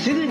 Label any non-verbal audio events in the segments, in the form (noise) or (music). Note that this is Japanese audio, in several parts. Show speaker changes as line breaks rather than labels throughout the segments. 役立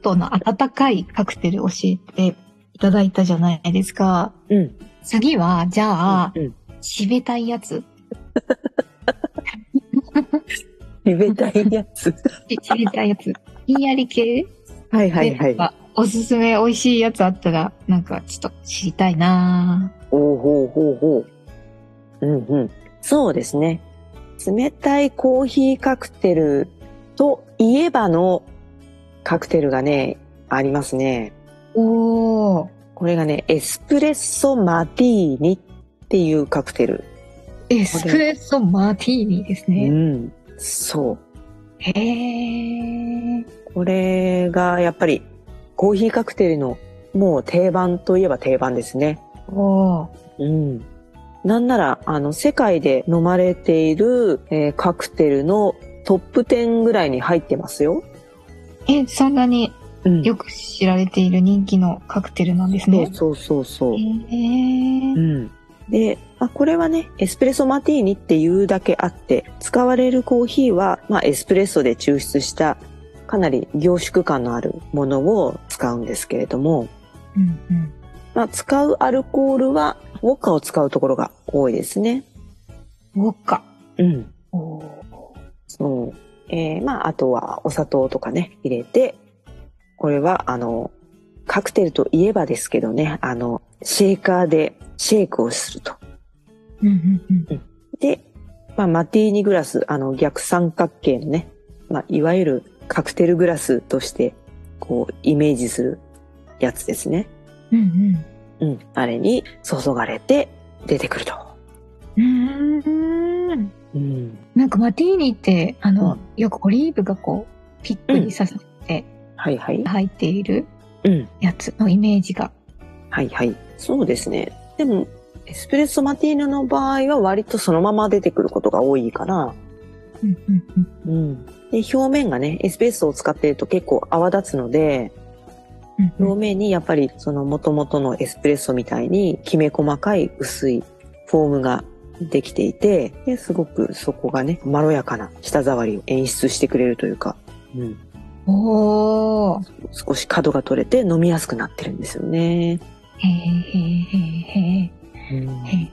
トの温かいカクテル教えていただいたじゃないですか。
うん
次は、じゃあ、
うん
しべたいやつ。
リベたいやつ
ししべたいやつ。ひんやり系
(laughs) はいは
でなんかおすすめ美味しいやつあったら、なんかちょっと知りたいな
おうほうほうほう。うんうん。そうですね。冷たいコーヒーカクテルといえばのカクテルがね、ありますね。
ぁおー、
これがね、エスプレッソマティーニっていうカクテル。
エスプレッソマーティーニです
う
ね。
ん。そ
へー。
う。これがやっぱりコーヒーカクテルのもう定番といえば定番ですね。
おー。
うん。なんなら、あの、世界で飲まれている、えーカクテルのトップ10ぐらいに入ってますよ。
え、そんなに
うん
よく知られている人気のカクテルなんですね。
そうそうそう
へ
そう。
ー。
うん。で、まあ、これはね、エスプレッソマティーニっていうだけあって、使われるコーヒーは、まあ、エスプレッソで抽出した、かなり凝縮感のあるものを使うんですけれども、
うんうん
まあ、使うアルコールは、ウォッカを使うところが多いですね。
ウォッカ。
うん。
おー
そう。えー、まあ、あとはお砂糖とかね、入れて、これは、あの、カクテルといえばですけどね、あの、シェーカーでシェイクをすると。
うんうんうん。
で、まあ、マティーニグラス、あの、逆三角形のね、まあ、いわゆるカクテルグラスとして、こう、イメージするやつですね。
うん
うん。あれに注がれて出てくると。
うん。うん。
うん。
なんかマティーニって、あの、
うん
よくオリーブがこう、ピックに刺さって
はいはい。
入っている
うん。
やつのイメージが。
はいはい。そうですね。でも、エスプレッソマティーヌの場合は割とそのまま出てくることが多いから、
うんうんうん
うん。で、表面がね、エスプレッソを使ってると結構泡立つので、
うんう
表
ん。
面にやっぱりその元々のエスプレッソみたいにきめ細かい薄いフォームができていて、ですごくそこがね、まろやかな舌触りを演出してくれるというか、うん、
おー。
少し角が取れて飲みやすくなってるんですよね。
へーへーへーへーへ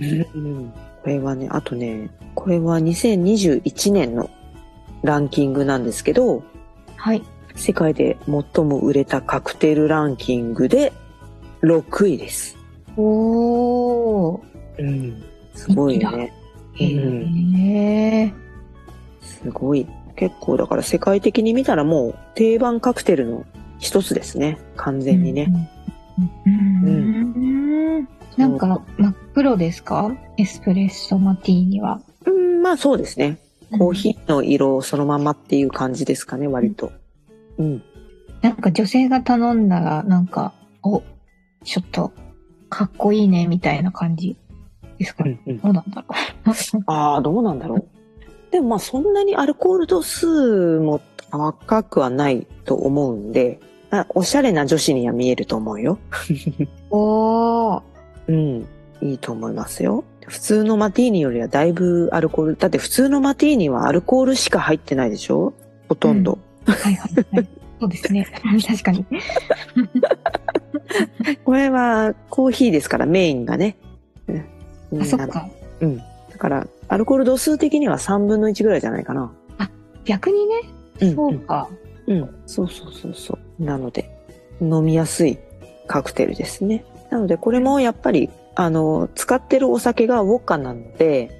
ー。
うんこれはね、あとね、これは2021年のランキングなんですけど、
はい。
世界で最も売れたカクテルランキングで6位です。
おー。
うん、すごいよね。
へー。
すごい。結構だから世界的に見たらもう定番カクテルの一つですね。完全にね。
うん。うん。うん。なんか真っ黒ですかエスプレッソマティーニは。
うん、まあそうですね。コーヒーの色をそのままっていう感じですかね、割と。うん。
なんか女性が頼んだら、なんか、お、ちょっと、かっこいいね、みたいな感じですかね。どうなんだろう。
ああ、どうなんだろう。 (laughs) でもまあそんなにアルコール度数も高くはないと思うんで、あおしゃれな女子には見えると思うよ。 (laughs)
おー。
うん。いいと思いますよ。普通のマティーニよりはだいぶアルコール、だって普通のマティーニはアルコールしか入ってないでしょほとんど。
はいはいはい。そうですね。 (laughs) 確かに。
これはコーヒーですからメインがね。うん
あ、そっ。か。
だから、アルコール度数的には3分の1ぐらいじゃないかな。
逆にね、
うん
そうか。
うん。そうそうそうそう。なので、飲みやすいカクテルですね。なのでこれもやっぱりあの使ってるお酒がウォッカなので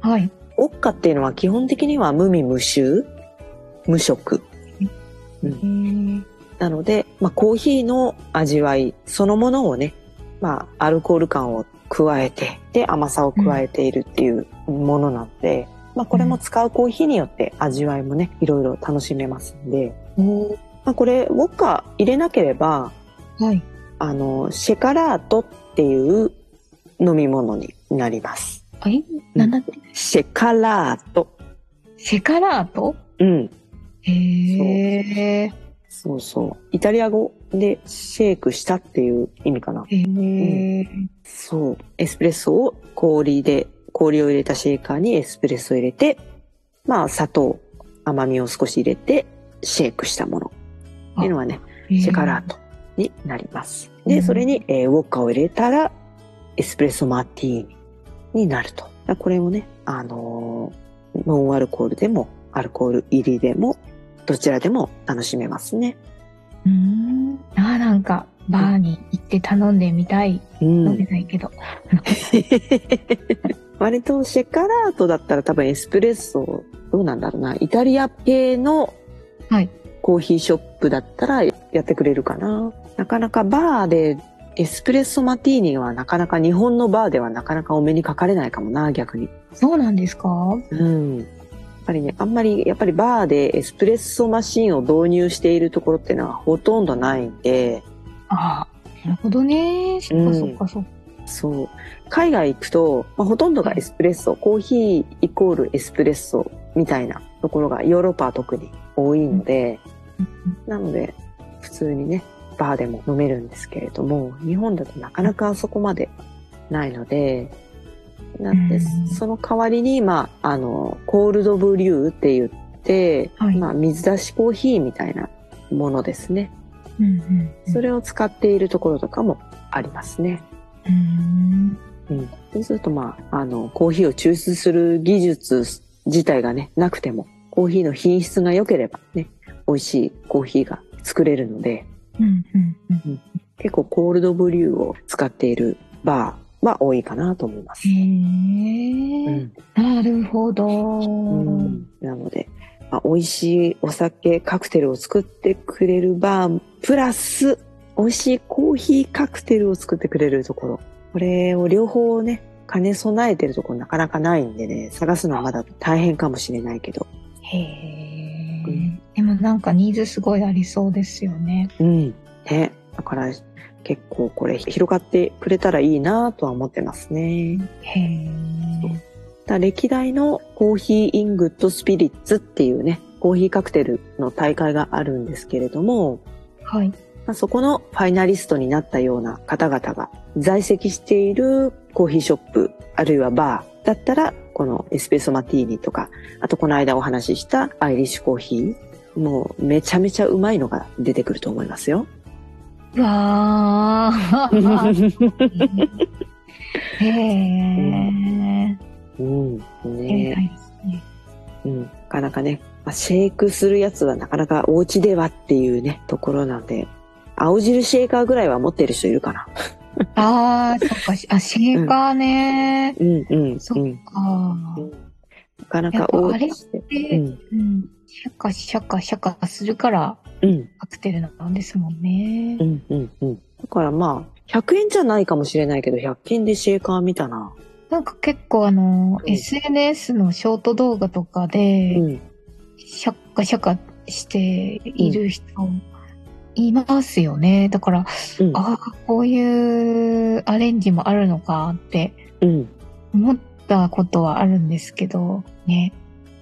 はい。
ウォッカっていうのは基本的には無味無臭無色なので、まあ、コーヒーの味わいそのものをね、まあ、アルコール感を加えてで甘さを加えているっていうものなので、まあ、これも使うコーヒーによって味わいもねいろいろ楽しめますんで、まあ、これウォッカ入れなければ
はい。
あの、シェカラートっていう飲み物になります。
はい。なんだって。
シェカラート。
シェカラート
うん。
へえ。
そうそう。イタリア語でシェイクしたっていう意味かな。
へえ。
そう。エスプレッソを氷で、氷を入れたシェイカーにエスプレッソを入れて、まあ砂糖、甘みを少し入れて、シェイクしたもの。っていうのはね、シェカラートになります。
う
で、
ん
それに、えーウォッカを入れたら、エスプレッソマーティーニになると。だからこれをね、あのーノンアルコールでも、アルコール入りでも、どちらでも楽しめますね。
うーん。あー、なんか、バーに行って頼んでみたい。
う
飲め
ん。
ないけど。
割とシェカラートだったら多分エスプレッソ、どうなんだろうな。イタリア系の
はい
コーヒーショップだったらやってくれるかな。なかなかバーでエスプレッソマティーニはなかなか日本のバーではなかなかお目にかかれないかもな、逆に。
そうなんですか
うん。やっぱりね、あんまりやっぱりバーでエスプレッソマシンを導入しているところっていうのはほとんどないんで、
ああ、なるほどね。そっかそっかそっか。
そう。海外行くと、まあ、ほとんどがエスプレッソ、コーヒーイコールエスプレッソみたいなところがヨーロッパは特に多いので、なので、普通にね、バーでも飲めるんですけれども、日本だとなかなかあそこまでないので、なんで、
うん
その代わりに、まあ、あの、コールドブリューって言って、
はい
まあ、水出しコーヒーみたいなものですね。
うんうんうん
それを使っているところとかもありますね。
うーん
うん、そうするとまああのコーヒーを抽出する技術自体がねなくてもコーヒーの品質が良ければね美味しいコーヒーが作れるので
うんうんうん
結構コールドブリューを使っているバーは多いかなと思います。
へえ、
うん
なるほど。
うんなので、まあ、美味しいお酒カクテルを作ってくれるバープラス美味しいコーヒーカクテルを作ってくれるところこれを両方ね兼ね備えてるところなかなかないんでね探すのはまだ大変かもしれないけど
へえ、
うん
でもなんかニーズすごいありそうですよね。
うんねだから結構これ広がってくれたらいいなとは思ってますね
へえ。
だから歴代のコーヒーイングッドスピリッツっていうねコーヒーカクテルの大会があるんですけれども
はい。
まあ、そこのファイナリストになったような方々が在籍しているコーヒーショップあるいはバーだったらこのエスペーソマティーニとかあとこの間お話ししたアイリッシュコーヒーもうめちゃめちゃうまいのが出てくると思いますよ。
うわ
(laughs)
ー。へえ。
うん
やりたい
ね
ですね
うん、なかなかね、まあシェイクするやつはなかなかお家ではっていうねところなんで青汁シェイカーぐらいは持ってる人いるかな。
ああ、そっかし、あ、シェーカーね。
うんうん
そっ
うん、
ああ。
なかな
や
か
っぱ
お
あれ
家
っ
で。う
で、
ん
うん。シャカシャカシャカするから、
うん
カクテルなんですもんね
う。んうんうん。だからまあ、100円じゃないかもしれないけど、100均でシェーカー見たな。
なんか結構あの、
うん
SNS のショート動画とかで、
うん。
シャッカシャカしている人いますよね。だから、
うん。
ああ、こういうアレンジもあるのかって
うん。
思ったことはあるんですけど、ね、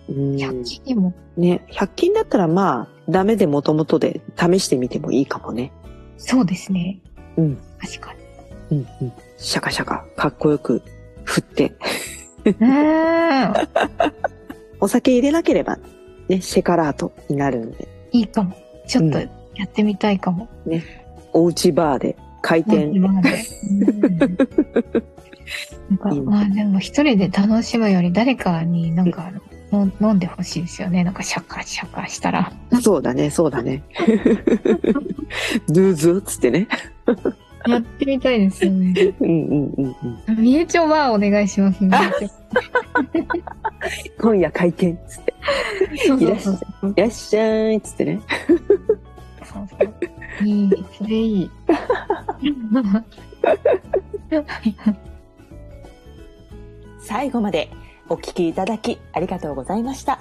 うん
100均にも、
ね、100均だったらまあ、ダメでもともとで試してみてもいいかもね。
そうですね。
うん。
確かに。
うんうん。シャカシャカ、かっこよく振って。
うーん、
お酒入れなければ、ね、シェカラートになるんで、
いいかも。ちょっと
う
やってみたいかも。
おうちバーで回転。
今まで。うんなんか
いいね
まあでも一人で楽しむより誰かになんかの飲んでほしいですよね。なんかシャカシャカしたら。
(laughs) そうだね、そうだね。どうぞ、つってね。
やってみたいですよね。
うんうんうんうん。
みえちょはお願いします。みえちょ
今夜開店っつって。
そうそうそうそう
いらっしゃいっつってね。
そうそう。いい、それいい。
最後までお聞きいただきありがとうございました。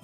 う。